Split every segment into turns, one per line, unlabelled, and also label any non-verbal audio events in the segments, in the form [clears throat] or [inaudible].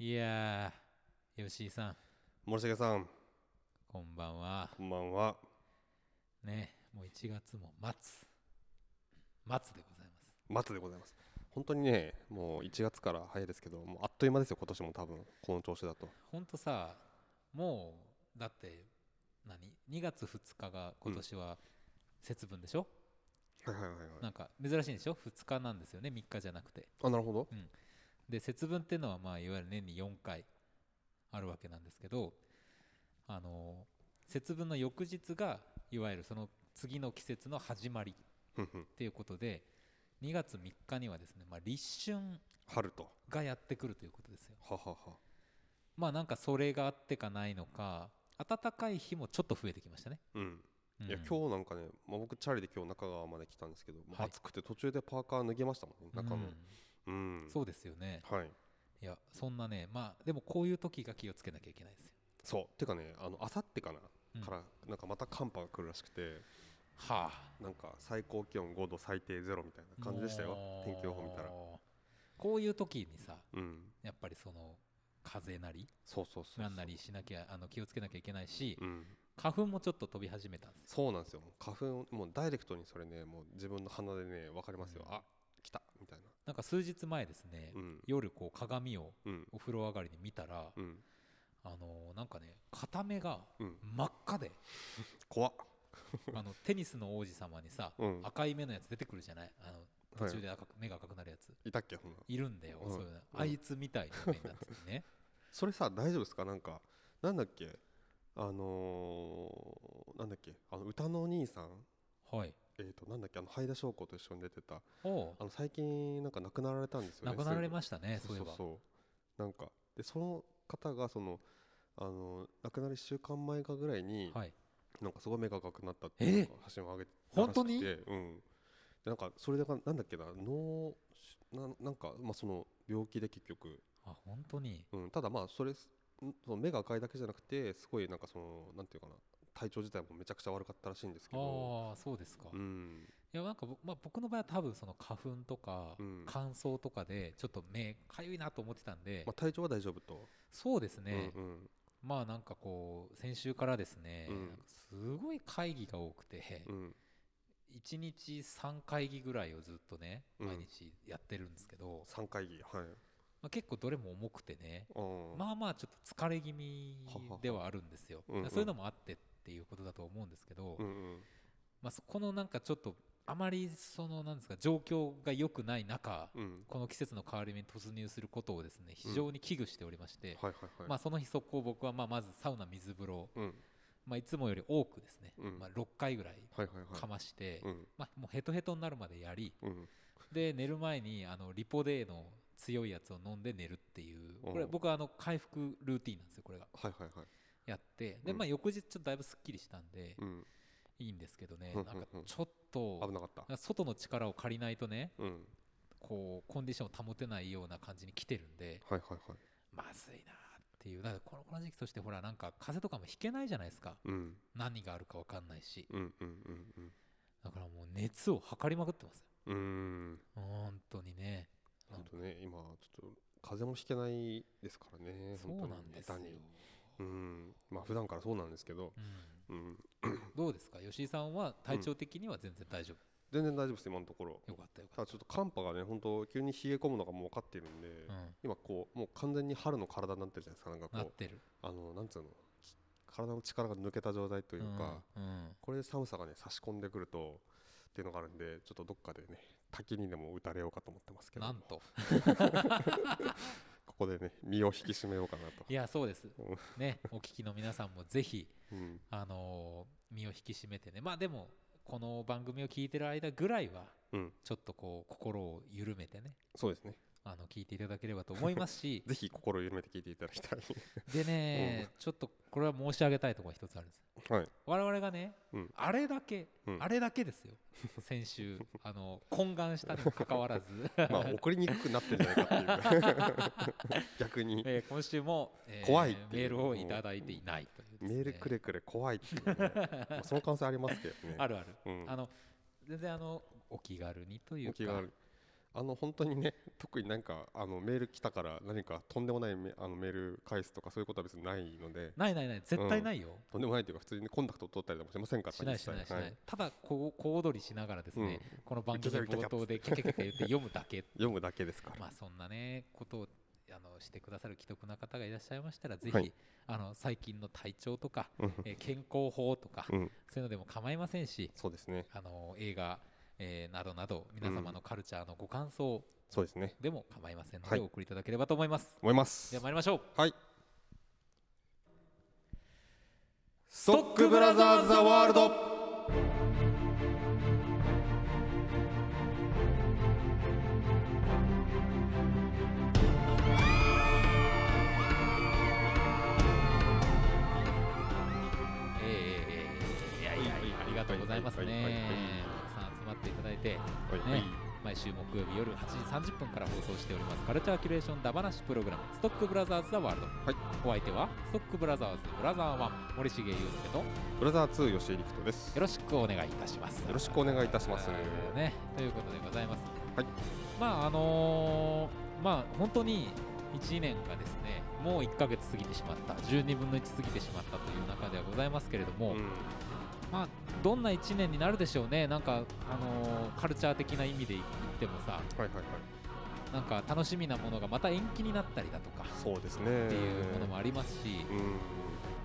いやー、吉井さん、
森重さん
こんばんは。
こんばんは
ね、もう1月も末。末でございます。
松でございます本当にねもう1月から早いですけどもうあっという間ですよ今年も多分この調子だと
ほんとさ、もう、だって、何 ?2 月2日が今年は節分でしょ、
はいはいはいはい
なんか珍しいんでしょ ?2 日なんですよね、3日じゃなくて。
あなるほど
で節分っていうのはまあいわゆる年に4回あるわけなんですけどあの節分の翌日がいわゆるその次の季節の始まりっ
ふんふん
ていうことで2月3日にはですね、まあ、立春
春と
がやってくるということですよ
ははは
まあなんかそれがあってかないのか暖かい日もちょっと増えてきましたね、
うん
うん
いや今日なんかね、まあ、僕チャリで今日中川まで来たんですけど、もう
はい
暑くて途中でパーカー脱げましたもんね中のうん、
うんそうですよね
はい
いやそんなねまあでもこういう時が気をつけなきゃいけないですよ
そうてかねあのあさってかな、
うん
からなんかまた寒波が来るらしくて
はあ
なんか最高気温5度最低0みたいな感じでしたよ
もう
天気予報見たら
こういう時にさ
うん
やっぱりその風邪なり
そうそうそう
なんなりしなきゃあの気をつけなきゃいけないし
うん
花粉もちょっと飛び始めたんですよ
そうなんですよもう花粉もうダイレクトにそれねもう自分の鼻でね分かりますよ、
うん
あ来たみたいな
なんか数日前ですね、
うん
夜こう鏡を
うん
お風呂上がりに見たら、
うん
あのーなんかね片目が
うん
真っ赤
[laughs]
で
怖っ
あのテニスの王子様にさ、
うん
赤い目のやつ出てくるじゃないあの途中で赤く、目が赤くなるやつ
いたっけそんない
るんだよ、
うん
そういうの
うん
あいつみたいな目になってて
[laughs]
ね
それさ大丈夫ですかなんかなんだっけあのー、なんだっけあの歌のお兄さん
はい
えー、となんだっけあの灰田翔子と一緒に出てた
おう
あの最近なんか亡くなられたんですよね
亡くなられ
すぐ
ましたねそういえば
そうそうなんかでその方がそのあの亡くなる1週間前かぐらいに、
はい
なんかすごい目が赤くなったって
え
なんか発信を上げてたらしくて
本当に
うんでなんかそれだからなんだっけな脳ななんかまあその病気で結局、
あ本当に
うん、ただまあそれんその目が赤いだけじゃなくてすごいなんかそのなんていうかな体調自体もめちゃくちゃ悪かったらしいんですけど
ああそうですか、
う
い
ん
やなんか僕,、まあ、僕の場合は多分その花粉とか
うん
乾燥とかでちょっと目かゆいなと思ってたんで、
まあ体調は大丈夫と、
そうですね、
うんうん
まあなんかこう先週からですね、
うん
なんかすごい会議が多くて、
うん
一1日3会議ぐらいをずっとね
うん
毎日やってるんですけど、
3会議はい
まあ、結構どれも重くてね
あー
まあまあちょっと疲れ気味
ははは
ではあるんですよ
うんうん
そういうのもあってっていうことだと思うんですけど、
うんうん
まあ、そこのなんかちょっとあまりそのなんですか状況が良くない中、
うん
この季節の変わり目に突入することをですね非常に危惧しておりまして、
はいはいはい
まあ、その日速攻僕はまあまずサウナ水風呂、
うん
まあ、いつもより多くですね、
うん
まあ、6回ぐらい
はいはいはい
かまして、
うん
まあ、もうヘトヘトになるまでやり
うん
で寝る前にあのリポデーの強いやつを飲んで寝るっていうこれ
うん
僕はあの回復ルーティンなんですよこれが
はいはいはい
やってで、
うん
まあ、翌日ちょっとだいぶすっきりしたんで
うん
いいんですけどね
う
なん
ん
かちょっと
危なかった
なんか外の力を借りないとね
うん
こうコンディションを保てないような感じに来てるんで
はいはいはい
まずいなっていうだからこのこの時期としてほらなんか風邪とかもひけないじゃないですか
うん
何があるか分かんないし
うんうんうんうん
だからもう熱を測りまくってますよ
うーん、
本当にねなん
本
か
当ね、今ちょっと風邪もひけないですからね。
そうなんですよ
本当に下手にうん、まあ普段からそうなんですけど、
うん
うん、
どうですか吉井さんは体調的には全然大丈
全然大丈夫です今のところ。
夫よかったよか
た
っ
だちょっと寒波がね、本当急に冷え込むのがもう分かっているんで、
たうん
今こうもう完全に春の体になってるじゃないですか。なんか
な
こ
っ
う
てる
あのなんつうの、き体の力が抜けた状態というか、
うんうん
これで寒さがね差し込んでくるとっていうのがあるんで、ちょっとどっかでね滝にでも打たれようかと思ってますけど、
なんと
ここでね身を引き締めようかなと
い。やそうです
う
ねお聞きの皆さんもぜひ
うん
あのー身を引き締めてねまあでもこの番組を聞いてる間ぐらいは
うん、
ちょっとこう心を緩めてね
そうですね。
あの聞いていただければと思います
[laughs]
し
ぜひ心を緩めて聞いていただきたい。
でねちょっとこれは申し上げたいところが一つあるんです
[laughs] [laughs] はい。
我々がね、
うん
あれだけ、
うん
あれだけですよ先週あの懇願したにもかかわらず、
まあ、送りにくくなってるんじゃないかって [laughs] いう。逆に。
えー今週も、えー
怖いっていう
メールをいただいていないというですね、
メールくれくれ怖いっていうね。まあその可能性ありますけどね。
あるある、
うん
あの全然あのお気軽にという
お
か
気軽にあの本当にね特になんかあのメール来たから何かとんでもないメあのメール返すとかそういうことは別にないので
ないないない絶対ないよ、
とんでもないというか普通に、ね、コンタクトを取ったりでもしませんから
しないしないしない、
はい
ただこう小踊りしながらですね、この番組
いけたよいけた
冒頭でキャキャキャキャ言って読むだけ
読むだけですから、
まあそんなねことをあのしてくださる既得な方がいらっしゃいましたらぜひ、
はい
あの最近の体調とか、
うん
えー健康法とか、
うん
そういうのでも構いませんし
そうですね
あの映画、えーなどなど皆様のカルチャーのご感想
そうですね
でも構いませんの
は
で
い
お送りいただければと思います、
思います
では参りましょう
はいス
トックブラザーズザワールドえーえーえーいやいやいやありがとうございます
はいはいはいはい
ねたくさん集まっていただいて
はい、
ね毎週木曜日夜8時30分から放送しておりますカルチャーキュレーションダバなしプログラム「ストックブラザーズ・ザ・ワールド」
はい
お相手はストックブラザーズブラザーワン森重裕介とよ
ブラザー2吉井陸斗です
ろしくお願いいたします
よろしくお願いいたします
えーねということでございます
はい
まああのーまあ本当に1年がですねもう1ヶ月過ぎてしまった12分の1過ぎてしまったという中ではございますけれども、
うん
まあ、どんな1年になるでしょうね、なんか、あのーカルチャー的な意味で言ってもさ、
はいはいはい
なんか楽しみなものがまた延期になったりだとかっ
そうですね
ていうものもありますし、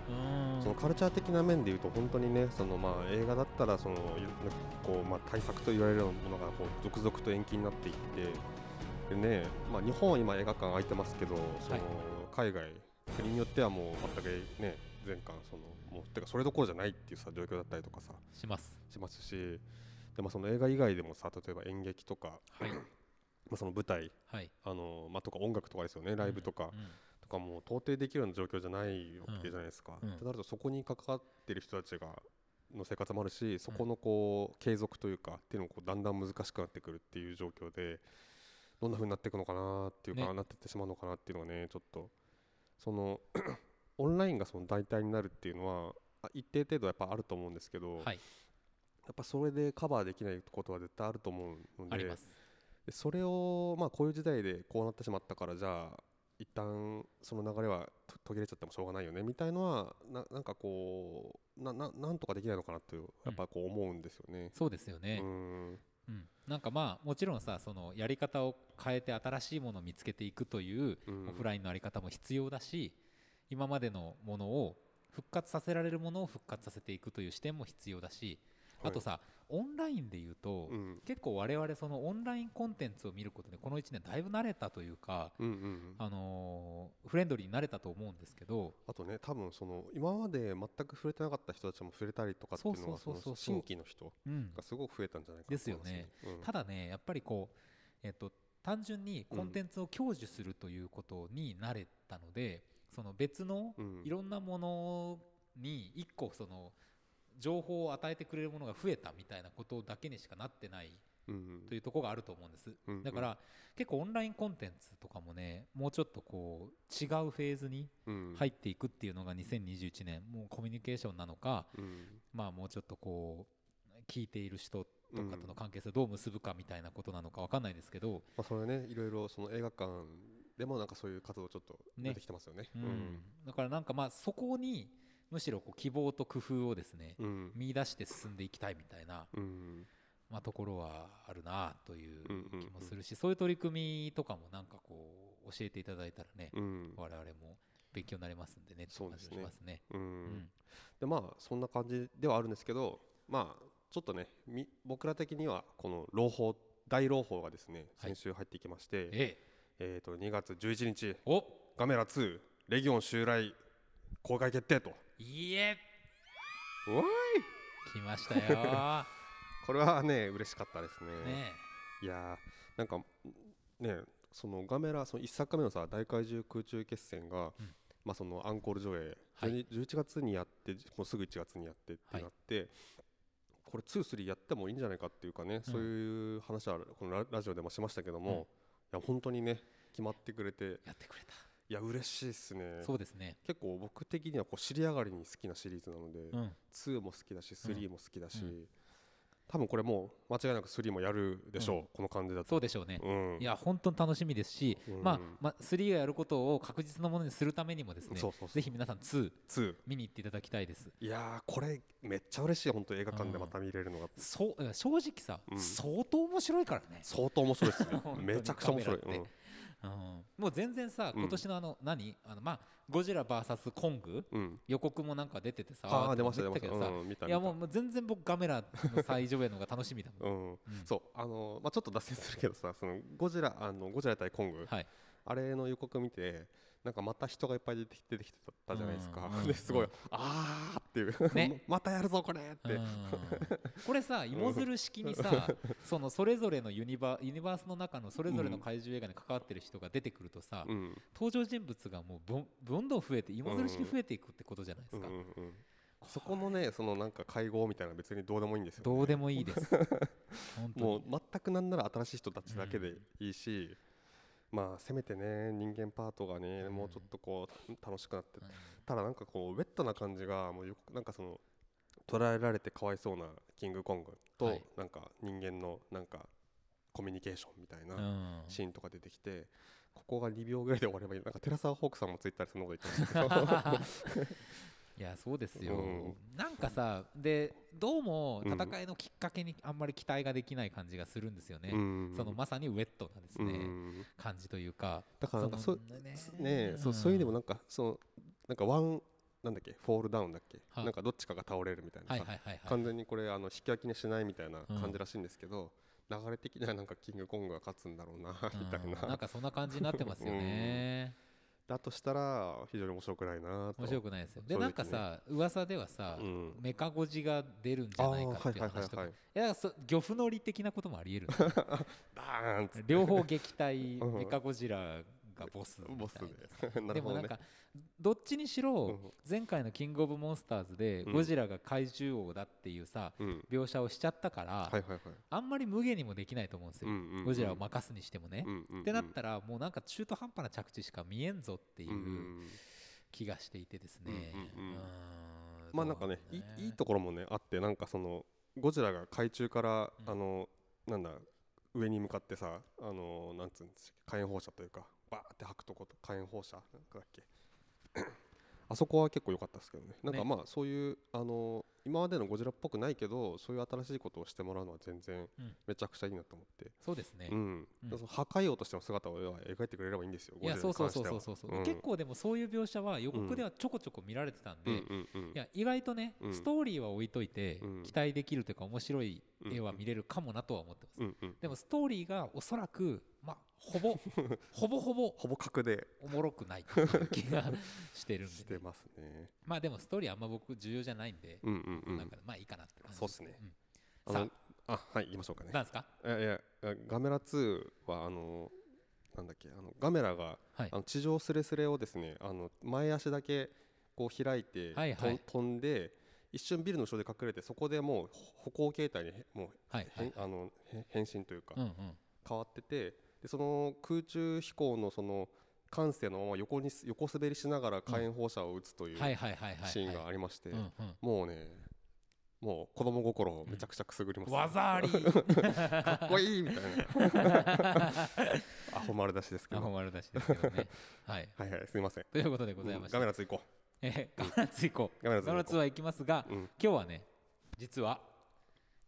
うん
うーん
そのカルチャー的な面でいうと本当にねそのまあ映画だったらそのゆこうまあ対策と言われるようなものがこう続々と延期になっていってでねまあ日本は今映画館開いてますけどその
はい
海外国によってはもう全くね全館そのもうてかそれどころじゃないっていうさ状況だったりとかさ
します。
しますしでまあその映画以外でもさ例えば演劇とか
はい、
まあその舞台
はい、
あのまあとか音楽とかですよねライブとか、
うんうん
とかもう到底できるような状況じゃないわけじゃないですか。
うんうん
となるとそこに関わってる人たちがの生活もあるしそこのこう継続というかっていうのもこうだんだん難しくなってくるっていう状況でどんな風になっていくのかなっていうか、
ね
なってってしまうのかなっていうのがねちょっとその [clears throat] オンラインがその代替になるっていうのはあ一定程度やっぱあると思うんですけど、
はい
やっぱそれでカバーできないことは絶対あると思うの
あり
で
ます。
でそれをまあこういう時代でこうなってしまったからじゃあ一旦その流れはと途切れちゃってもしょうがないよねみたいのはななんかこうなななんとかできないのかなというやっぱこう思うんですよね。
そうですよ
う
ね、
ん
うん、なんかまあもちろんさそのやり方を変えて新しいものを見つけていくという
うん
オフラインのあり方も必要だし今までのものを復活させられるものを復活させていくという視点も必要だしあと、さオンラインで言うと
はいうん
結構我々そのオンラインコンテンツを見ることでこの1年だいぶ慣れたというか
うんうん、
あのーフレンドリーになれたと思うんですけど
あとね多分その今まで全く触れてなかった人たちも触れたりとかっていうのは
そうそうそうそう
その新規の人
うん
がすごく増えたんじゃないかなと思いますね。うん
ただねやっぱりこうえっと単純にコンテンツを享受するということに慣れたのでその別の
うん
いろんなものに一個その情報を与えてくれるものが増えたみたいなことだけにしかなってない
うん
というところがあると思うんです。
うん
だから結構オンラインコンテンツとかもねもうちょっとこう違うフェーズに
うん
入っていくっていうのが2021年もうコミュニケーションなのか
うん
まあもうちょっとこう聞いている人とかとの関係性をどう結ぶかみたいなことなのかわかんないですけど、
まあ、それねいろいろその映画館でもなんかそういう活動ちょっと出てきてますよね。
うんだからなんかまあそこにむしろこう希望と工夫をですね
うんうん
見出して進んでいきたいみたいな、
うん
まあ、ところはあるなという
うんうんうん
気もするしそういう取り組みとかもなんかこう教えていただいたらね
うん
我々も勉強になりますんでねって
そう
感
で
じ
す
が
ね
しますね。
う
うんん
でまあそんな感じではあるんですけどまあちょっとねみ僕ら的にはこの朗報大朗報がですね
はい
先週入ってきまして、
ええ
えー、と2月11日
お
ガメラ2レギオン襲来公開決定と
いいえ
うわー
来ま [laughs] したよ
これはね嬉しかったですね
ね
いやーなんかねそのガメラその1作目のさ大怪獣空中決戦が、
うん
まあ、そのアンコール上映、
はい
12 11月にやってもうすぐ1月にやってってなって、これ23やってもいいんじゃないかっていうかね、そういう話はこのララジオでもしましたけども、いや本当にね決まってくれて
えやってくれた
いや嬉しいっすね
そうですね
結構僕的にはこう尻上がりに好きなシリーズなので、
うん
2も好きだし3も好きだし、
うんう
多分これもう間違いなく3もやるでしょう、
う
この感じだと。
そうでしょうね、
うん、
いや本当に楽しみですし、
うん
まあ、まあ3がやることを確実なものにするためにもですね
そうそうそう
ぜひ皆さん2
2
見に行っていただきたいです
いやーこれめっちゃ嬉しい本当映画館でまた見れるのが
そう正直さ、
うん
相当面白いからね、
相当面白いですね
[laughs] 本当に
めちゃくちゃ面白い、
カメラってうん、もう全然さ
うん
今年のあの、何あのまあゴジラ VS コング
うんうん、
予告もなんか出ててさ
ああ
ー
出ました出まし
け
た
どさ、
うん、見た見た
いやもうもう全然僕ガメラの最上映の方が楽しみだもん、
うん
うん
そうあのまあ、ちょっと脱線するけどさそのゴジラあのゴジラ対コング、
はい
あれの予告見てなんかまた人がいっぱい出てき出てきてたじゃないですか、
うんうん
[laughs] ですごい、
うん
あーっていう、
ね
[laughs] またやるぞこれって、
うんこれさ芋づる式に
[laughs]
さそのそれぞれのユニバユニバースの中のそれぞれの怪獣映画に関わってる人が出てくるとさ、
うんうん
登場人物がもうぼんどんどん増えて芋づる式増えていくってことじゃないで
う
す
ん
か、
うん、そこのねそのなんか会合みたいなの別にどうでもいいんですよ、ね、
どうでもいいです
[laughs]
本当に
もう全くなんなら新しい人たちだけでいいし、まあせめてね人間パートがね、
うん
もうちょっとこう楽しくなって
うん
ただなんかこうウェットな感じがもうよくなんかその捉えられてかわいそうなキングコングと、
はい
なんか人間のなんかコミュニケーションみたいな [laughs]
うん
シーンとか出てきて、ここが2秒ぐらいで終わればいいなんか寺澤ホークさんもツイッターでそんなこと言ってましたけど
いやそうですよ、
うん
なんかさでどうも戦いのきっかけにあんまり期待ができない感じがするんですよ [laughs] ね、
うん
そのまさにウェットなです
う
ね、
ん
感じというか
だからなんかそ
のね
すねえ、そうそういう意味でもなんかそのなんかワンなんだっけフォールダウンだっけ
はい
なんかどっちかが倒れるみたいなさ、
はいはいはいはい
完全にこれあの引き分けにしないみたいな感じらしいんですけど、流れ的にはなんかキングコングが勝つんだろうなみたいな
うんなんかそんな感じになってますよね、
だとしたら非常に面白くないなと
面白くないですよで
正直ね
なんかさ噂ではさ、
うん
メカゴジが出るんじゃないかっていう話とか、
あーはいはいはいはい
いやだからそ漁夫の利的なこともありえるんだよね
ダーンっつって
両方撃退
うん
メカゴジラがボスみたいな
ボスでな [laughs]
で
る
も
ほ
な
ど
ん
ね
かどっちにしろ
うん
前回の「キングオブモンスターズ」で
うん
ゴジラが怪獣王だっていうさ
うん
描写をしちゃったか
はいはい
ら
はい
あんまり無限にもできないと思うんです
うん
よ
うんうん
ゴジラを任すにしてもね
うんうんうん
ってなったらもうなんか中途半端な着地しか見えんぞってい
うんう
うん気がしていてですね
うんうんう
う
ん
ーん
まあなんかね
どう
い
だろう
いいところもねあってなんかそのゴジラが海中から、
うん
あのなんだ上に向かってさあのなんつうんですか火炎放射というかバーって吐くとこと火炎放射なんかだっけ [coughs] あそこは結構良かったですけどねなんか
ね
まあそういう、あの今までのゴジラっぽくないけどそういう新しいことをしてもらうのは全然
うん
めちゃくちゃいいなと思って、
そうですね
うん
うん
その破壊王としての姿を描いてくれればいいんですよ
いや
ゴジ
そ
ラ
う
に
そう
関し
そう
て
そう
は
そうそう
うん
結構でもそういう描写は予告ではちょこちょこ見られてたんで
うんうんう
い
ん
や意外とね、
うん
ストーリーは置いといて、
うん
期待できるというか面白い絵は見れるかもなとは思ってます、
うんうん
でもストーリーがおそらくまあほ
[laughs]
ぼほぼほぼ
ほぼ角で
おもろくないっていう気がしてるん
[laughs] し
で、
て
ね、
ますね
まあでもストーリーあんま僕重要じゃないんで、
うんうんうん
なんかまあいいかなって感じ
そうっすね
う
あ
んさ
のあはい言いましょうか
あ
ね
なんですか
いやいやガメラ2はあのなんだっけあのガメラが
はい
あの地上すれすれをですねあの前足だけこう開いて、
はいはい
と飛んで一瞬ビルの後ろで隠れてそこでもう歩行形態にへもう
はいは
へん
い
あのへ変身というか、
うんうん
変わっててでその空中飛行のその感性のまま横にす横滑りしながら火炎放射を打つという
はいはいはいはいはい
シーンがありまして、
うんうん
もうねもう子供心をめちゃくちゃくすぐります、
技あ
[laughs]
り
かっこいいみた
[laughs]
いなアホ丸出しですけ
アホ
ど
丸出しですけどねはい
はいはいすみません
ということでございました、
ガメラつ行こ
えー、ガラツ行こう
ガメラツ
ガ
行こう
ラツは行きますが、
う、うん、
今日はね実は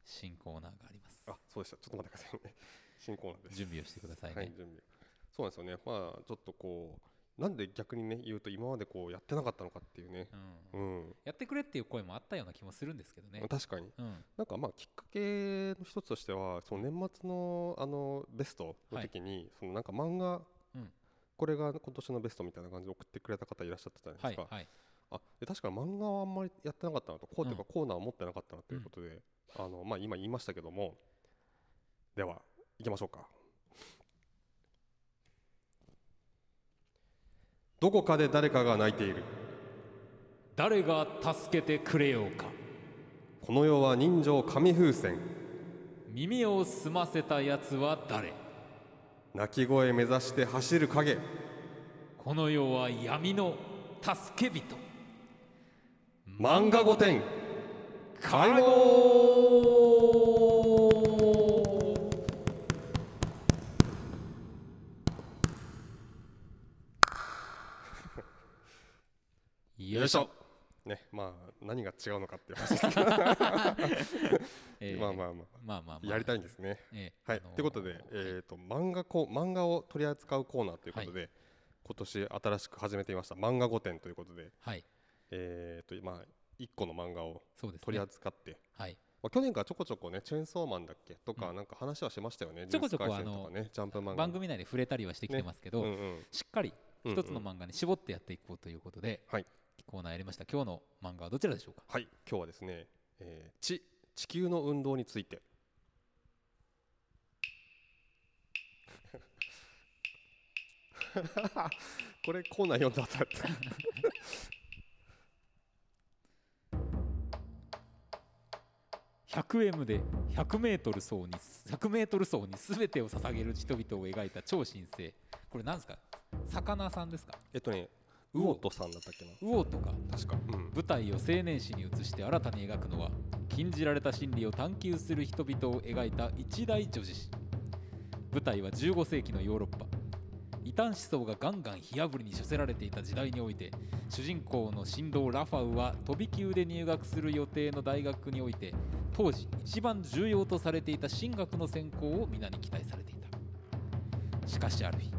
新コーナーがあります
あそうでしたちょっと待ってくださいね進行なんです
準備をしてくださいね、
はい準備そうなんですよねまあちょっとこうなんで逆にね言うと今までこうやってなかったのかっていうね
うん
うん、
やってくれっていう声もあったような気もするんですけどね
確かに
うん
なんかまあきっかけの一つとしてはその年末のあのベストの時に、そのなんか漫画、
うん
これが今年のベストみたいな感じで送ってくれた方いらっしゃったじゃないで
は
す
い
か、
はい
あで確かに漫画はあんまりやってなかったなとこうという
う
かコーナーを持ってなかったなということで、あのまあ、今言いましたけどもでは行きましょうかどこかで誰かが泣いている
誰が助けてくれようか
この世は人情紙風船
耳を澄ませたやつは誰
泣き声目指して走る影
この世は闇の助け人
漫画御殿
開門よいしょ、
ねまあ何が違うのかっていう話ですけど
えー
まあまあ
まあ
ま
まあま
あ
あ
やりたいんですね
えー
はい
あのー
ということでえっと漫画こ漫画を取り扱うコーナーということで今年新しく始めていました漫画御殿ということで
はい
えっとまあ一個の漫画を
そうです
取り
ね
扱って
はい
まあ去年からちょこちょこねチェーンソーマンだっけとか
うん
なんか話はしましたよね
ちょこちょこ
呪術廻戦とかねジャンプ漫画
番組内で触れたりはしてきてますけど、
うんうん
しっかり
うん
一つの
うん
漫画に絞ってやっていこうということで、
はい
コーナーやりました今日の漫画はどちらでしょうか
はい今日はですねえー地地球の運動について [laughs] これコーナー読んだ後だった [laughs]
100M で 100m 走に 100m 走に全てを捧げる人々を描いた超新星これなんですか魚さんですか
えっとね、
うお
ウオトさんだったっけな、
魚とか
確か。うん、
舞台を青年誌に移して新たに描くのは禁じられた心理を探求する人々を描いた一大女子誌舞台は15世紀のヨーロッパ異端思想がガンガン火あぶりに処せられていた時代において主人公の神童ラファウは飛び級で入学する予定の大学において当時一番重要とされていた進学の専攻を皆に期待されていたしかしある日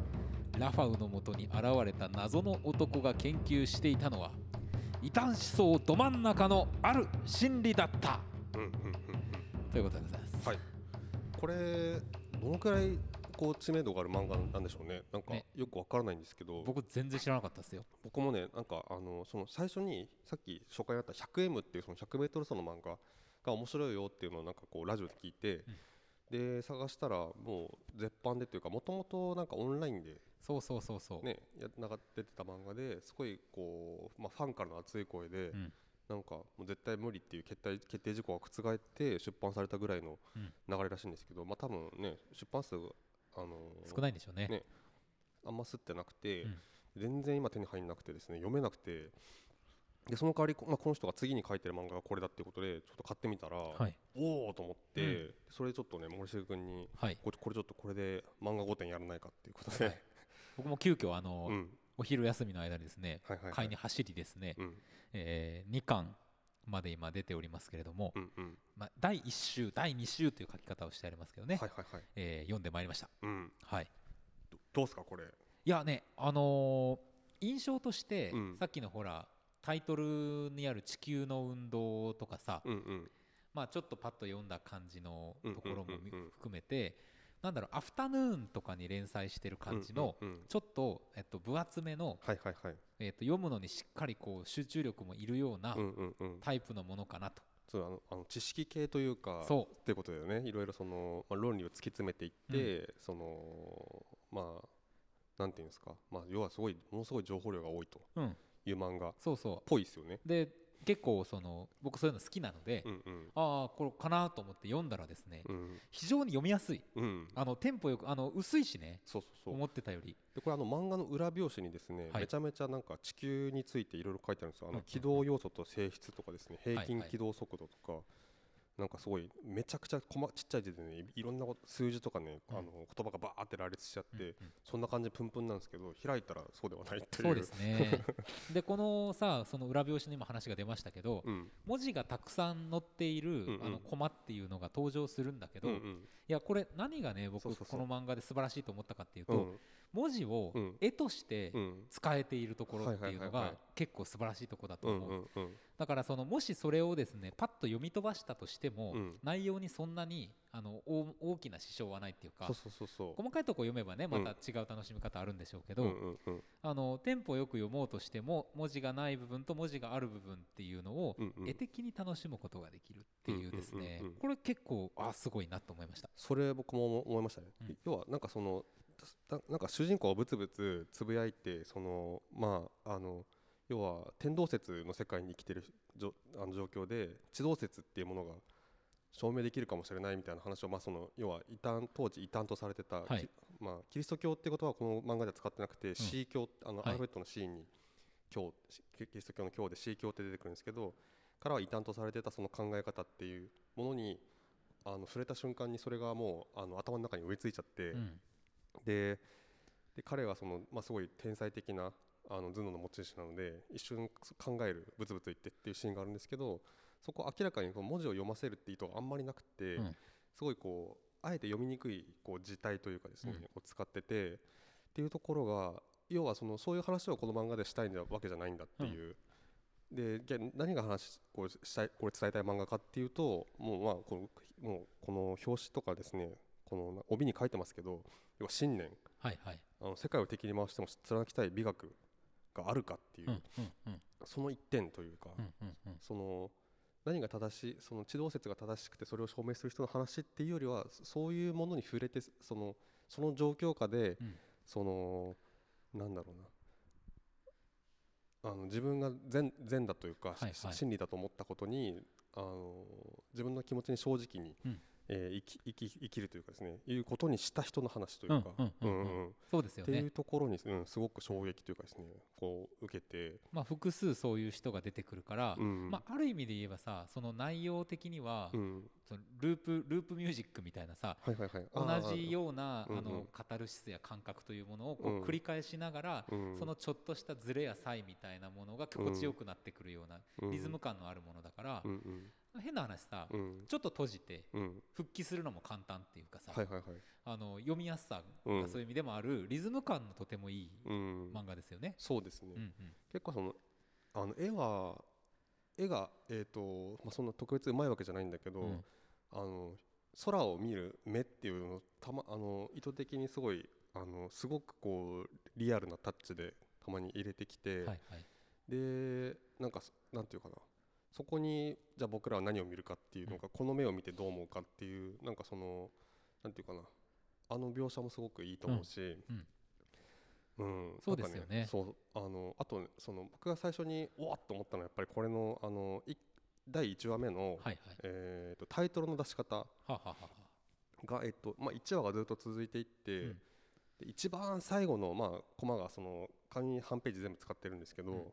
ラファウのもとに現れた謎の男が研究していたのは異端思想ど真ん中のある心理だった
うんうんうんうん。
ということでございます、
はいこれ、どのくらいこう知名度がある漫画なんでしょうね。なんか
ね
よくわからないんですけど、
僕全然知らなかったですよ
僕もね、なんかあのその最初にさっき紹介にあった 100M っていうその 100m 走の漫画が面白いよっていうのをなんかこうラジオで聞いて、で探したらもう絶版でというか、もともとなんかオンラインで
そうそうそうそう、
ね、や流れてた漫画ですごいこう、まあ、ファンからの熱い声で、
うん
なんかもう絶対無理っていう決定決定事項が覆って出版されたぐらいの
うん
流れらしいんですけど、まあ多分ね出版数が、あのー
少ないんでしょうね
ねあんま吸ってなくて、
うん
全然今手に入らなくてですね読めなくてでその代わり、こまあ、この人が次に書いてる漫画がこれだっていうことでちょっと買ってみたら、
はい
おおと思って、
う
それちょっとね森重君に
はい
ここれちょっとこれで漫画5点やらないかっていうことで、
僕も急遽あの、
[laughs] うん、
お昼休みの間にですね
はいはいはい、
買いに走りですね、
うん
え2巻まで今出ておりますけれども、
うんうん
まあ、第1週第2週という書き方をしてありますけどね、
はいはいはい、
えー読んでまいりました
うん、
はい
どどうですかこれ、
いやねあのー印象として、
うん
さっきのほらタイトルにある「地球の運動」とかさ、
うんうん、
まあ、ちょっとパッと読んだ感じのところもみ
うんうんうんうん
含めてなんだろうアフタヌーンとかに連載してる感じの
うんうんうん
ちょっと、えっと、分厚めの、
はいはいはい、
えっと、読むのにしっかりこう集中力もいるような
うんうんうん、
タイプのものかなと、
そうあのあの知識系というか、
そう
っていうことだよね。いろいろそのまあ論理を突き詰めていって、そのまあなんていうんですか、まあ要はすごいものすごい情報量が多いと
うん、
いう漫画っ
そうそ
ぽいですよね。
うで結構その僕そういうの好きなので、
うんうん
ああこれかなと思って読んだらですね、
うん
非常に読みやすい
うん、
あのテンポよくあの薄いしね
そうそうそう。
思ってたより
でこれあの漫画の裏表紙にですね、
はい
めちゃめちゃなんか地球についていろいろ書いてあるんですよ。あ
うんうんう
の
ん
軌道要素と性質とかですね、平
はい
均
はい
軌道速度とか。なんかすごいめちゃくちゃ細ちっちゃい字でねいろんなこと数字とかね、
うん
あの言葉がバーって羅列しちゃっ
う
て、
んうん
そんな感じプンプンなんですけど開いたらそうではないっていう
そうです
[laughs]
ねでこのさその裏表紙にも話が出ましたけど、
うん
文字がたくさん載っている、
うんうん
あのコマっていうのが登場するんだけど、
うんう
い
ん
やこれ何がね僕
そうそうそう
この漫画で素晴らしいと思ったかっていうと、
うん
文字を
うん
絵として
うん
使えているところっていう
は
の
いはいはい
が
はい
結構素晴らしいとこだと
う
思う、
んうんうん
だからそのもしそれをですねパッと読み飛ばしたとしても、
うん
内容にそんなにあの大大きな支障はないっていうか
そうそうそうそう
細かいとこ読めばねま
うん
た違う楽しみ方あるんでしょうけど、
うんうんうん
あのテンポよく読もうとしても文字がない部分と文字がある部分っていうのを
うんうん
絵的に楽しむことができるっていうですね
うんうんうんうん
これ結構あすごいなと思いました
それ僕も思いましたね、
うん
要はなんかそのななんか主人公をブツブツつぶやいてそのまああの要は天動説の世界に生きてるじょあの状況で地動説っていうものが証明できるかもしれないみたいな話を、まあ、その要は異端当時異端とされてた、
はい
きまあ、キリスト教っていうことはこの漫画では使ってなくて「C 教」あの
は
ア
い
ルファベットの C に教キリスト教の教で C 教って出てくるんですけどからは異端とされてたその考え方っていうものにあの触れた瞬間にそれがもうあの頭の中に植え付いちゃって、
うん
でで彼はその、まあ、すごい天才的なあの頭脳の持ち主なので一瞬考えるブツブツ言ってっていうシーンがあるんですけどそこ明らかにこう文字を読ませるって意図があんまりなくて、
うん
すごいこうあえて読みにくいこう字体というかですね、
うん
こう使っててっていうところが要はそのそういう話をこの漫画でしたいわけじゃないんだっていう。でじゃあ何が話こうしたいこれ伝えたい漫画かっていうともうまあこのもうこの表紙とかですねこの帯に書いてますけど要は信念
はいはい
あの世界を敵に回しても貫きたい美学があるかっていう、
うんうんうん
その一点というか、
うんうんうん
その何が正しいその地動説が正しくてそれを証明する人の話っていうよりはそそういうものに触れてそのその状況下で、
うん
そのなんだろうなあの自分が善善だというか、
はいはい
真理だと思ったことにあの自分の気持ちに正直に、
うん
えー生き生き生きるというかですねいうことにした人の話といううんか。
うんうんうん
うん
そうですよ
ってい
ね
うところに、うん、すごく衝撃というかですねこう受けて、
まあ複数そういう人が出てくるから
うん
まあある意味で言えばさその内容的には
うん、
そのループループミュージックみたいなさ
はいはいはい
同
あー
じようなあ
うんうん
のカタルシスや感覚というものをこ
うん
う繰り返しながら
うん
そのちょっとしたズレや差異みたいなものが心地よくなってくるような
うん
リズム感のあるものだから
うんうん
変な話さ
うん
ちょっと閉じて
うん
復帰するのも簡単っていうかさ
はいはいはい
あの読みやすさ
う
が
ん
そういう意味でもあるリズム感のとてもいい
うん
漫画ですよね。
そうですね、
うんうん
結構そのあの絵は絵がえっ、とまあそんな特別うまいわけじゃないんだけど、
うん
あの空を見る目っていうのをたまあの意図的にすごいあのすごくこうリアルなタッチでたまに入れてきて、
はいはい
でなんかそなんていうかなそこにじゃあ僕らは何を見るかっていうのがこの目を見てどう思うかっていうなんかそのなんていうかなあの描写もすごくいいと思うし、
うん
うん
そうですよね
なんかそうあのあとねその僕が最初におわっと思ったのはやっぱりこれのあのい第1話目の、
はいはい
えーとタイトルの出し方
はあはあはあはあ
が、えっとまあ、1話がずっと続いていって、
うん
で一番最後の、まあ、コマがその紙半ページ全部使ってるんですけど、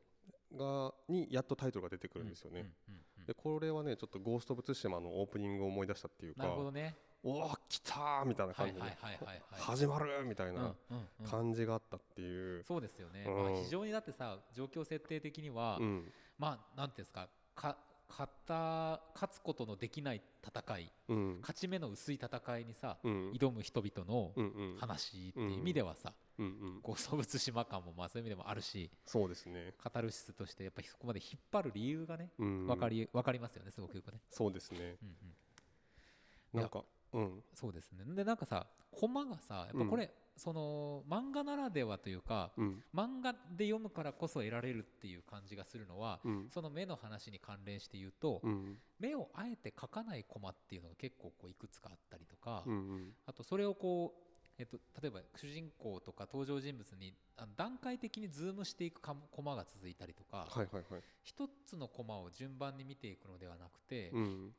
がにやっとタイトルが出てくるんですよね。
うんうんうん
でこれはねちょっと「ゴースト・オブ・ツシマ」のオープニングを思い出したっていう
なる
か
ほどね。
「おお来た!」みたいな
はいはい
感
はい
じで
はいはい。
「始まる!」みたい
うん
な
うんうん
感じがあったっていう、
そうですよね。
うん
まあ非常にだってさ状況設定的には
うん
まあなんていうんですかか勝った勝つことのできない戦い
うん
勝ち目の薄い戦いにさ
うん
挑む人々の
うんうん
話っていう意味ではさ
うんうん
こう素物島感もまあそういう意味でもあるし
そうですね。
カタルシスとしてやっぱりそこまで引っ張る理由がね
うん
わかりわかりますよねすごくよくね。
そうですね。
うんうんいや
なんかうん
そうですねでなんかさコマがさやっぱこれ、その漫画ならではというか
うん
漫画で読むからこそ得られるっていう感じがするのは、
うん
その目の話に関連して言うと、
うん
目をあえて描かないコマっていうのが結構こういくつかあったりとか、
うんうん
あとそれをこう、えっと、例えば主人公とか登場人物にあの段階的にズームしていくかもコマが続いたりとか、
はいはいはい。
一つのコマを順番に見ていくのではなくて、
うん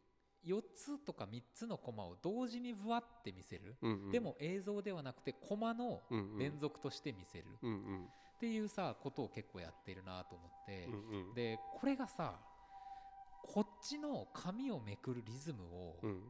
4つとか3つのコマを同時にぶわって見せる。
うんうん
でも映像ではなくてコマの
うんうん
連続として見せるっ
うんうん
ていうさことを結構やってるなと思って
うんうん
でこれがさこっちの紙をめくるリズムを
うん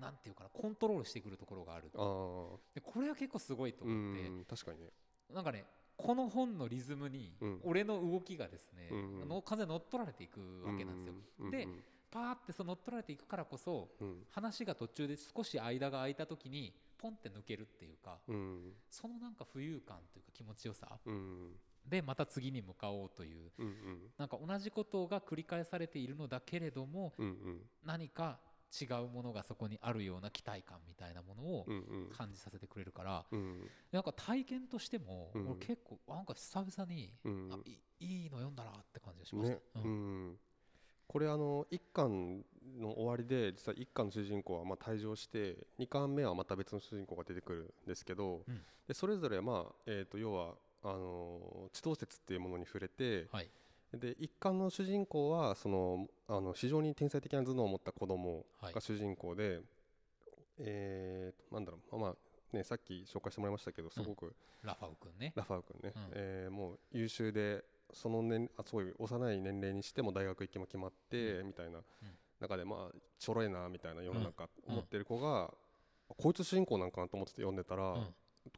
なんていうかなコントロールしてくるところがある
あー
でこれは結構すごいと
う
思って
ん確かにね。
なんかねこの本のリズムに
うん
俺の動きがですね
うん
の風に乗っ取られていくわけなんですよ
うん
でパーってその乗っ取られていくからこそ
うん
話が途中で少し間が空いた時にポンって抜けるっていうか
うん
そのなんか浮遊感というか気持ちよさ
うん
でまた次に向かおうという
うんうん
なんか同じことが繰り返されているのだけれども
うんうん
何か違うものがそこにあるような期待感みたいなものを
うんうん
感じさせてくれるから
うん
なんか体験としても
うん
俺結構なんか久々に
うん
あいいいの読んだなって感じがしまし
ね
た。
う
うん
んこれあの一巻の終わりで実は一巻の主人公はまあ退場して二巻目はまた別の主人公が出てくるんですけど、
うん
でそれぞれまあえーと要はあの地動説っていうものに触れて、
はい
で一巻の主人公はそのあの非常に天才的な頭脳を持った子供
はい
が主人公で、えーとなんだろうまあまあねさっき紹介してもらいましたけどすごく
ラファウ君ね
ラファウ君ね、
うん
えーもう優秀でその年あすごい幼い年齢にしても大学行きも決まって、みたいな中でまあちょろいなみたいな世の中
うん
思ってる子が、こいつ主人公なんかなと思ってて読んでたら、
うん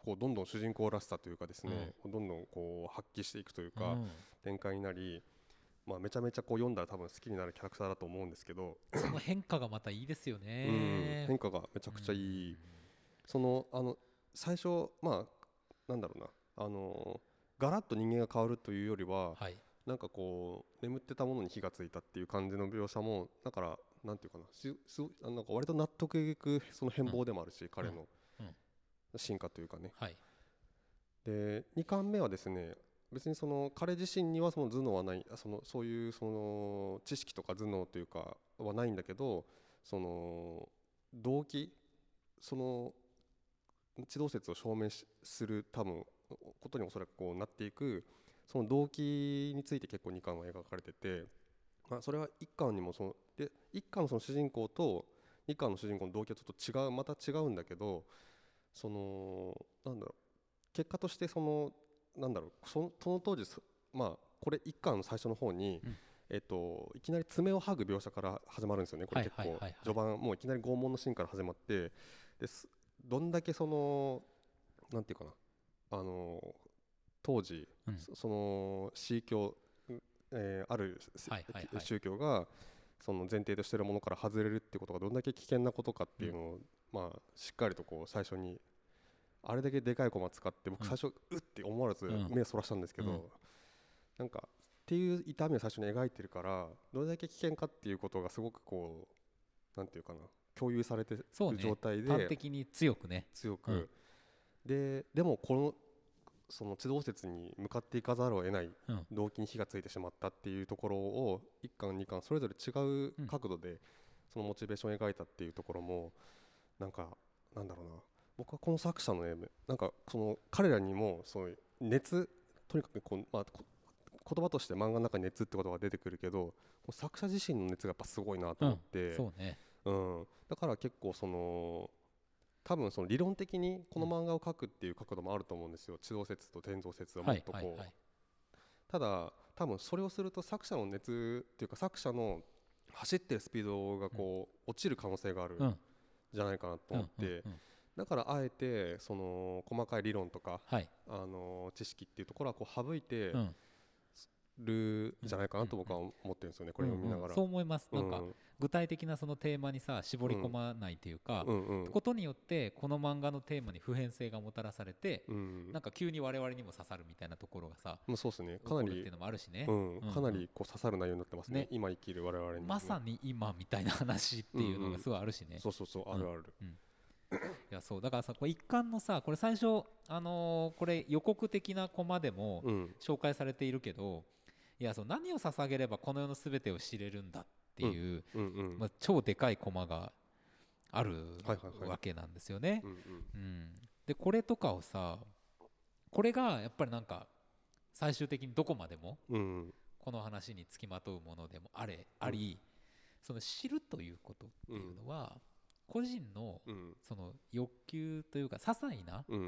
こうどんどん主人公らしさというかですね、どんどんこう発揮していくというか、
うん
展開になり、まあ、めちゃめちゃこう読んだら多分好きになるキャラクターだと思うんですけど、
その変化がまたいいですよ
うん
ね。
変化がめちゃくちゃいい、そのあの最初まあなんだろうなあのガラッと人間が変わるというよりは、
うん。はい。
なんかこう眠ってたものに火がついたっていう感じの描写もだからなんていうかなしすごいあなんか割と納得いくその変貌でもあるし、彼の
うん
進化というかね、
はい。
で2巻目はですね別にその彼自身にはその頭脳はないあそのそういうその知識とか頭脳というかはないんだけどその動機その地動説を証明しする多分ことにおそらくこうなっていくその動機について結構2巻は描かれてて、まあ、それは1巻にもそので1巻のその主人公と2巻の主人公の動機はちょっと違うまた違うんだけどそのなんだろう結果としてそのなんだろうそのその当時そまあこれ一巻の最初の方に、
うん
えっと、いきなり爪を剥ぐ描写から始まるんですよねこれ結構、
はいはいはいはい
序盤もういきなり拷問のシーンから始まってですどんだけそのなんていうかなあの当時、
うん
そその宗教、うえーある、せ
はいはいはい
宗教がその前提としてるものから外れるってことがどんだけ危険なことかっていうのを、まあ、しっかりとこう最初にあれだけでかい駒使って
う
僕
ん
最初うって思わず
うん
目そらしたんですけど、
うん
なんかっていう痛みを最初に描いてるからどれだけ危険かっていうことがすごくこうなんていうかな共有されてる
そうね
状態で
端的に強くね。
強く、
うん
ででもこのその地動説に向かっていかざるを得ない
うん
動機に火がついてしまったっていうところを1巻2巻それぞれ違う角度でそのモチベーションを描いたっていうところもなんかなんだろうな僕はこの作者のねなんかその彼らにもそういう熱とにかくこう、まあ、こ言葉として漫画の中に熱ってことが出てくるけどこう作者自身の熱がやっぱすごいなと思って、
そうね。
うん、だから結構その多分その理論的にこの漫画を描くっていう角度もあると思うんですよ地動説と天動説をも
は
っ
い
とこう、
はいはい。
ただ多分それをすると作者の熱っていうか作者の走ってるスピードがこう、落ちる可能性がある
うん
んじゃないかなと思って、
うんうんうん
だからあえてその細かい理論とか、
はい。
あの知識っていうところはこう省いて
うん。
るんじゃないかなと僕は思ってるんですよねこれを見なが
うんうん
ら。
そう思います。なんか
うん
具体的なそのテーマにさ絞り込まないというか。
うんうん
ことによってこの漫画のテーマに普遍性がもたらされて、
うん
なんか急に我々にも刺さるみたいなところがさ
まあそうですね
起
かな
こるってい
り
うのもあるしね、
うん
うん、
かなりこう刺さる内容になってますね
ね
今生きる我々に、ね、
まさに今みたいな話っていうのがすごいあるしね、
そうそうそうあるある、
いやそうだからさこれ一巻のさこれ最初あのーこれ予告的なコマでも
うん
紹介されているけどいやそう何を捧げればこの世の全てを知れるんだっていう、
うんうん
まあ、超でかいコマがある
はいはいはい
わけなんですよね
う。んうん
うんでこれとかをさこれがやっぱりなんか最終的にどこまでも
うん
この話につきまとうものでもあれあり、その知るということっていうのは、個人の
うん
その欲求というか些細な
うん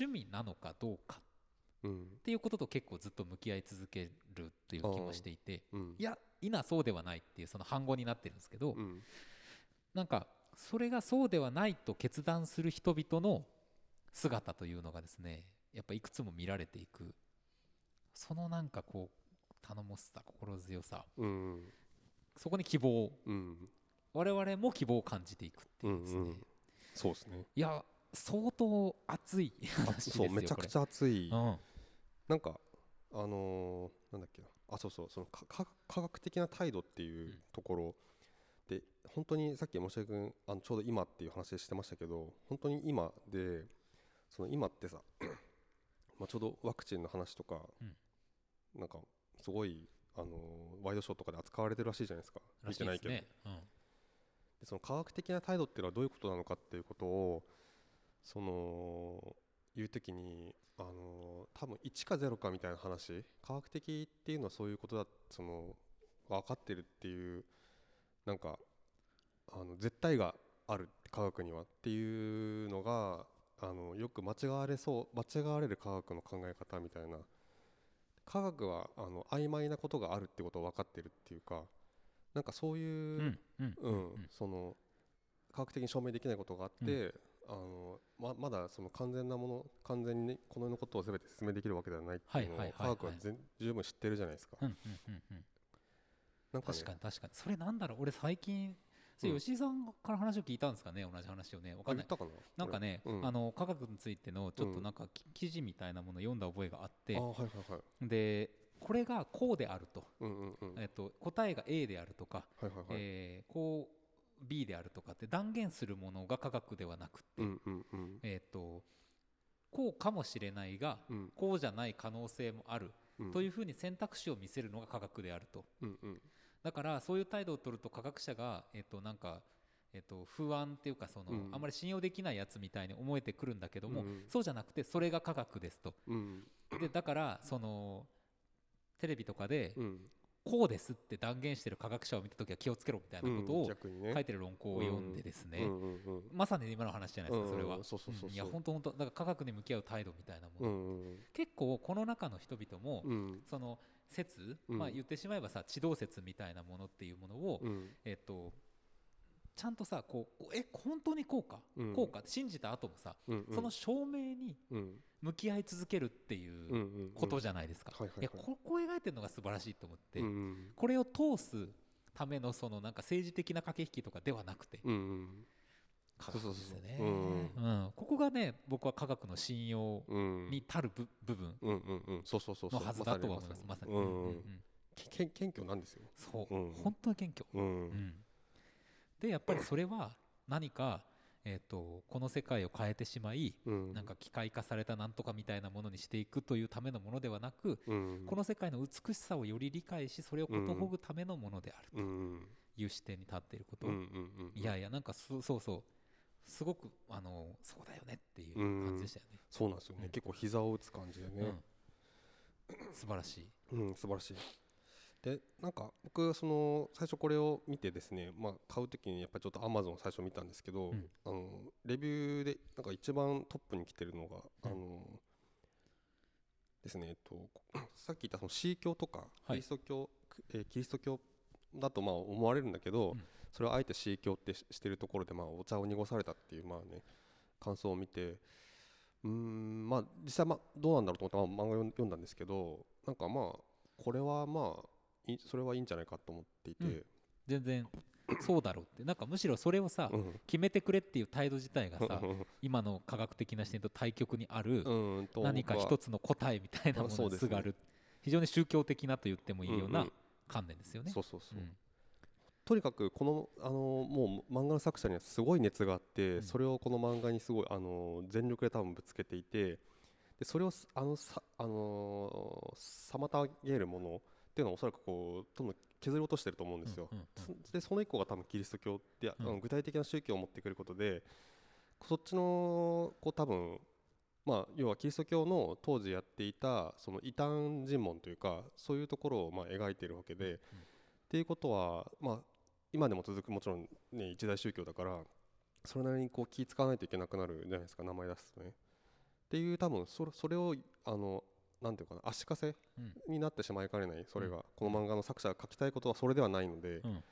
趣味なのかどうか
うん
っていうことと結構ずっと向き合い続けるという気もしていて
うん
いや今そうではないっていうその反語になってるんですけど、
うん
なんかそれがそうではないと決断する人々の姿というのがですねやっぱいくつも見られていくそのなんかこう頼もしさ心強さ
うん
そこに希望
うん
我々も希望を感じていくっていうですね、
うんうんそうですね
いや相当熱い話ですよ
そうめちゃくち
ゃ
ゃ熱い、
うん、
なんかあのーなんだっけなあそうそうそのかか科学的な態度っていううんところで本当にさっき申し訳君あのちょうど今っていう話してましたけど本当に今でその今ってさ [clears throat] まあちょうどワクチンの話とか、
うん
なんかすごいあのーワイドショーとかで扱われてるらしいじゃないですか見てないけど
らしいですね、
でその科学的な態度っていうのはどういうことなのかっていうことをその言うときにあの多分1か0かみたいな話科学的っていうのはそういうことだその分かってるっていうなんかあの絶対がある科学にはっていうのがあのよく間違われそう間違われる科学の考え方みたいな科学はあの曖昧なことがあるってことを分かってるっていうかなんかそうい
う
う
んうんうん
うん、その科学的に証明できないことがあって、あのままだその完全なもの完全にね、この世のことを全て説明できるわけではないっていうの
はいは
を
いはい
科学は
はい
全十分知ってるじゃないですか。
うんうんうんうん
なんかね
確かに確かにそれなんだろう俺最近それ
うん
吉井さんから話を聞いたんですかね同じ話をねわかんない
言ったかな
なんかね、
俺うん
あの科学についてのちょっと
うん
なんかき記事みたいなものを読んだ覚えがあっ
あ
て、
ーはいはいはい
でこれがこうであると、
うんうんうんはい
えっと、答えが A であるとか、
はいはい
えーこう B であるとかって断言するものが科学ではなくて、
うんうんうん
えっとこうかもしれないが、
うん
こうじゃない可能性もある
うん
というふうに選択肢を見せるのが科学であると。
うんうん
だからそういう態度を取ると科学者が、えっとなんかえっと不安っていうかその、
うん
あんまり信用できないやつみたいに思えてくるんだけども、
うん
そうじゃなくてそれが科学ですと。
うん
でだからそのテレビとかで
うん
こうですって断言してる科学者を見た時は気をつけろみたいなこと
うん
を
逆にね
書いてる論考を読んでですね、
うんうんうん
まさに今の話じゃないですかそれは。
うんうんそうそうそうそうん
いや本当本当だから科学に向き合う態度みたいなも
う
の、
んうん
結構この中の人々も、
うん
その説、
うん
まあ、言ってしまえばさ地動説みたいなものっていうものを、
うん
えっと、ちゃんとさこうこうえ本当にこうか、
うん
こうかって信じた後もさ、
うんうん
その証明に
うん
向き合い続けるって
うんう
いうん
うん
ことじゃないですか。
はいはいはい
いやここを描いてるのが素晴らしいと思って、
うんうん
これを通すためのそのなんか政治的な駆け引きとかではなくて、
うんうん
科学ですよね
そうそうそう
うんここがね僕は科学の信用
うん
に足る部部分
うんうんうんそうそうそうそ
の
う
はずだとは思いますま
ま
さ
さ
に
に
う
うんん
う
うん
うんん
けけん謙虚なんですよ
そう、
うん
本当に謙虚、
う
うんん、でやっぱりそれは何か、えー、とこの世界を変えてしまい
うん
なんか機械化されたなんとかみたいなものにしていくというためのものではなく、
うん
この世界の美しさをより理解しそれをことほぐためのものである
うんうん
という視点に立っていること、
うんうんうん
いやいやなんかそそうそうすごくあのそうだよねっていう感じでしたよね、
そうなんですよね、
うん
結構膝を打つ感じで
うん
ね、
素晴らしい、
うん素晴らしいでなんか僕その最初これを見てですね、まあ、買う時にやっぱりちょっとアマゾン最初見たんですけど、
うん
あのレビューでなんか一番トップに来てるのが、
うん
あのですね、えっと、こさっき言ったそのシー教とか
は
キ
い
リスト教、くえーキリスト教だとまあ思われるんだけど、
うん
それをあえてシー教ってししてるところでまあお茶を濁されたっていうまあね感想を見てうーんまあ実際まあどうなんだろうと思って、まあ、漫画読ん読んだんですけどなんかまあこれはまあいそれはいいんじゃないかと思っていて、
うん全然そうだろうってなんかむしろそれをさ、
うん
決めてくれっていう態度自体がさ
うん
今の科学的な視点と対極にある
[laughs] うんと
何か
僕
一
は
つの答えみたいなも
あ
の
そう
に
です
す
ね
がる、非常に宗教的なと言ってもいいよう
うん
な
うん
観念ですよね。
そうそうそう、
うん
とにかくこの、あのもう漫画の作者にはすごい熱があって、
うん
それをこの漫画にすごい、あの全力で多分ぶつけていてでそれをすあのさ、あの妨げるものっていうのはおそらくこうどんどん削り落としてると思うんですよ。
うんうんうん
そでその以降が多分キリスト教って、あ
うん
あの具体的な宗教を持ってくることでそっちのこう多分まあ要はキリスト教の当時やっていたその異端尋問というかそういうところをまあ描いているわけで、っていうことはまあ今でも続くもちろんね一大宗教だからそれなりにこう気使わないといけなくなるじゃないですか名前出すとね。っていう多分それそれをあのなんていうかな足かせ
うん
になってしまいかねないそれが、
う
この漫画の作者が書きたいことはそれではないので、っ
うん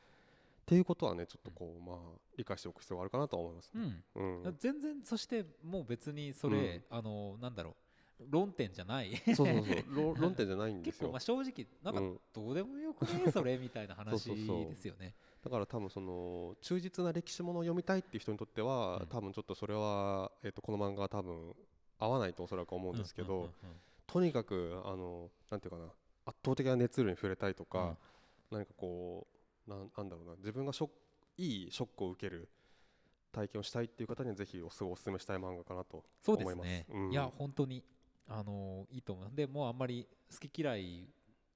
ていうことはねちょっとこう、まあ理解しておく必要があるかなとは思います
う
ね。
ん
うん
全然そしてもう別にそれ、あのなんだろう論点じゃない
そうそうそう論論点じゃないん
[laughs]
で
結
すよ
構まあ正直なん
う
か
ん
どうでもよく
[laughs]
ねそれみたいな話
そうそうそう
ですよね。
だから多分その忠実な歴史ものを読みたいっていう人にとっては、
うん
多分ちょっとそれは、えっとこの漫画は多分合わないとおそらく思うんですけど、
うんうんうんうん
とにかくあのなんていうかな圧倒的な熱量に触れたいと
うん
か、何かこうなんなんだろうな自分がショックいいショックを受ける体験をしたいっていう方にはぜひおすごいお勧めしたい漫画かなと
そうで
思
す
います
ね。
うん
いや本当にあのいいと思う。でもうあんまり好き嫌い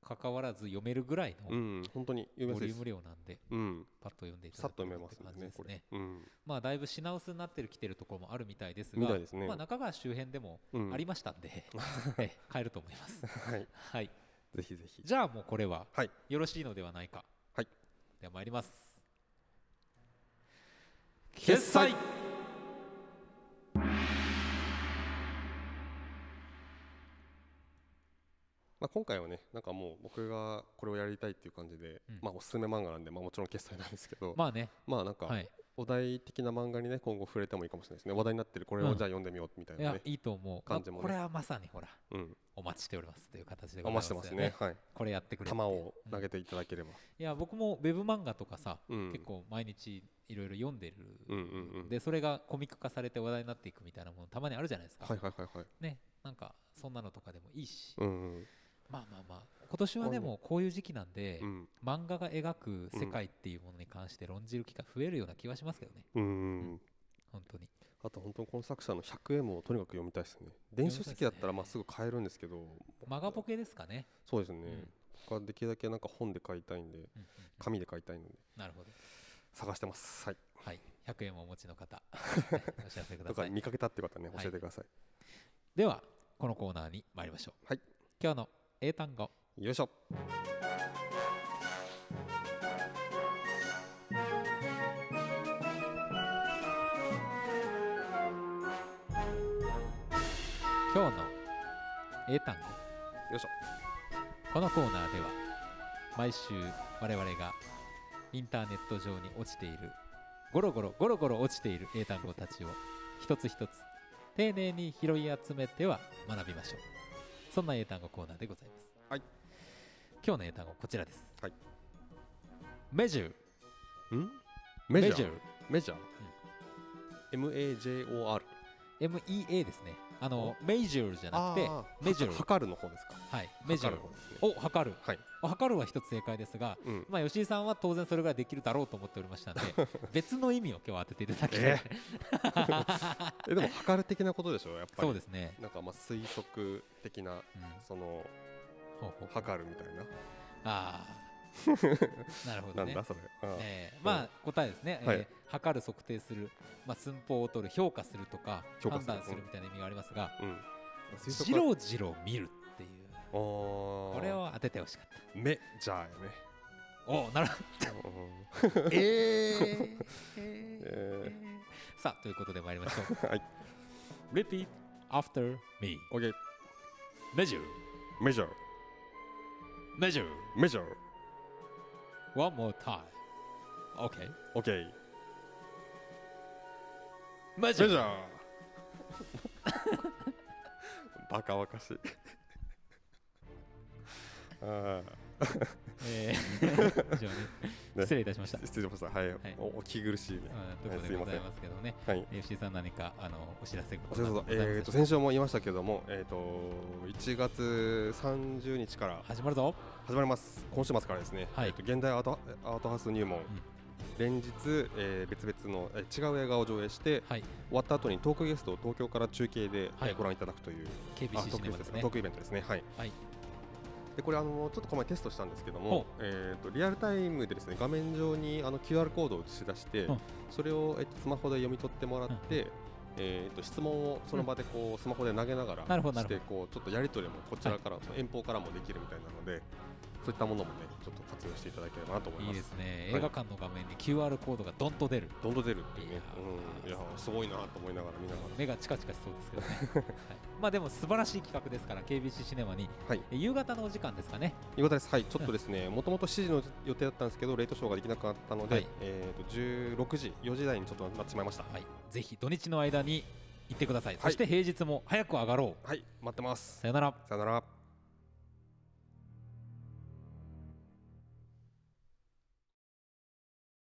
関わらず読めるぐらいの
うん本当に読みや
ボ
すい
リュ
で
ー
す
ム量なんで、
うん
パッと読んでいた
さ
だ
っ
く
と読めます
って
ん
感じ
でね
です
これ
ね。
うん
まあだいぶ品薄になってるきてるところもあるみたいです
み
が
たいですね
まあ、中川周辺でも
うん
ありましたんで、 [laughs] ええ買えると思います。
はい
はい、
ぜひぜひ
じゃあもうこれは
はい
よろしいのではないか。
はい
では参ります。
決済まあ、今回はねなんかもう僕がこれをやりたいっていう感じで、
うん
まあおすすめ漫画なんでまあもちろん決済なんですけどま
まあね、
あなんか
はい、
お題的な漫画にね今後触れてもいいかもしれないですね話題になってるこれを
うん
じゃあ読んでみようみたい
い
な
や
ね、
いいと思う、まあ
感じもね
これはまさにほら
うん、
お待ちしておりますという形でござい
余
ま
し
す
て
よ
ますねはい
これやってくれって
球を投
うん
げていただければ、
いや僕もウェブ漫画とかさ、
うん、
結構毎日いろいろ読んでる、
うんうんうん
でそれがコミック化されて話題になっていくみたいなものたまにあるじゃないですか、
はいはいはいはい
ねなんかそんなのとかでもいいし、
うんうん
まあまあまあ今年はでもこういう時期なんで、
うん
漫画が描く世界っていうものに関して論じる機会増えるような気はしますけどね
うんうんうん
本当に
あと本当にこの作者の 100M をとにかく読みたいですね電子書籍だったらまあすぐ買えるんですけど
マガポケですかね、
そうですね、
うん
僕はできるだけなんか本で買いたいんで
うんうん
紙で買いたいので
なるほど
探してますはい
はい100円をお持ちの
[laughs]
方ねお知らせくだ
と
さ
か
い
見かけたって方ね
はい
教えてください、
ではこのコーナーに参りましょう、
はい
今日の英単語
よいしょ
今日の英単語
よいしょ
このコーナーでは毎週我々がインターネット上に落ちているゴロゴロゴロゴロ落ちている英単語たちを一つ一つ丁寧に拾い集めては学びましょうそんな英単語コーナーでございます、
はい、
今日の英単語こちらです、
はい、
Measure
んメジャーメジャー、MAJOR
MEA ですねあの Measure じゃなくて
あー
メジャー
は測るの方ですか
はい Measure
測る方ですね
を測る
はい、
測るは一つ正解ですが
うん、
まあ、吉井さんは当然それぐらいできるだろうと思っておりま
[laughs]
したので別の意味を今日は当てていただきたい、 [laughs]
ええでも測る的なことでしょやっぱり
そうですね、
なんかまあ推測的な
うん、
その
ほうほう
測るみたいな、
あ
[laughs]
あなるほ
な
ど
ん
ね
だそれ、ああ
えーまあ答えですね、
はい
えー測る測定する、まあ、寸法を取る評価するとか
評価
判
する
断するみたいな意味がありますが
うん推
じ
測
ろ
は
じろ見るっていう
おー
これを当ててほしかった
メジ
[laughs]
ャーやね
お
[laughs]
おなるほど
うん
えーえー
え
[laughs] さあということで参りましょ
ーはいう
Repeat after me
オッケー
Measure
メジャー
Measure
メジャー
One more time. Okay.
オッケーメ
マ
ジャーバカバカしい [laughs] ああ
えー以
[laughs]
上ね失礼いたしました。うん
失礼しましたはい、おお気苦しいね、
ということ
す
で
い
ござ
ませ
い
ん
ますけどね。
はい
えー吉井さん何かあのお知らせがご
そうそうそう
ざいます
えー、と先週も言いましたけども、えー、と1月30日から
始まるぞ。
始まります今週末からですね、
はい
えーと現代アートアートハウス入門、連日、えー別々の、えー違う映画を上映して
はい。
終わった後にトークゲストを東京から中継で、
はい
えーご覧いただくというあ
KBC シ
トーク
ネ
ゲ
マで
ストですすね
ね
トー。クイベントですねはい、
はい
でこれあのちょっとこの前テストしたんですけど
ほう
も、えー、とリアルタイムでですね画面上にあの QR コードを映し出して、
うん
それを、えっとスマホで読み取ってもらって、えー、と質問をその場でこうスマホで投げなが
なる
ら
ほどな
し
るほど
てこうちょっとやり取りもこちらから、その遠方からもできるみたいなのでそういったものもねちょっと活用していただければなと思い
い
ま
い
す。
ですね。
はい
映画館の画面に QR コードがドンと出る。
どんどん出るっていう
い
ね
や、ー
うん、いやーすごいなと思いながら見なが
目がチカチカしそうですけどね。
[laughs]
はいまあでも素晴らしい企画ですから KBC シネマに
ら、はい、
えー夕方のお時間ですかね。
岩田です、はい、ちょっとですね、もともと7時の予定だったんですけど、レートショーができなかったので、
はい
えー、と16時、4時台にちょっとなってしまいました。
はい。ぜひ土日の間に行ってください。
はい
そして平日も早く上がろう。
はい、待ってます。
さよなら。
さよなら。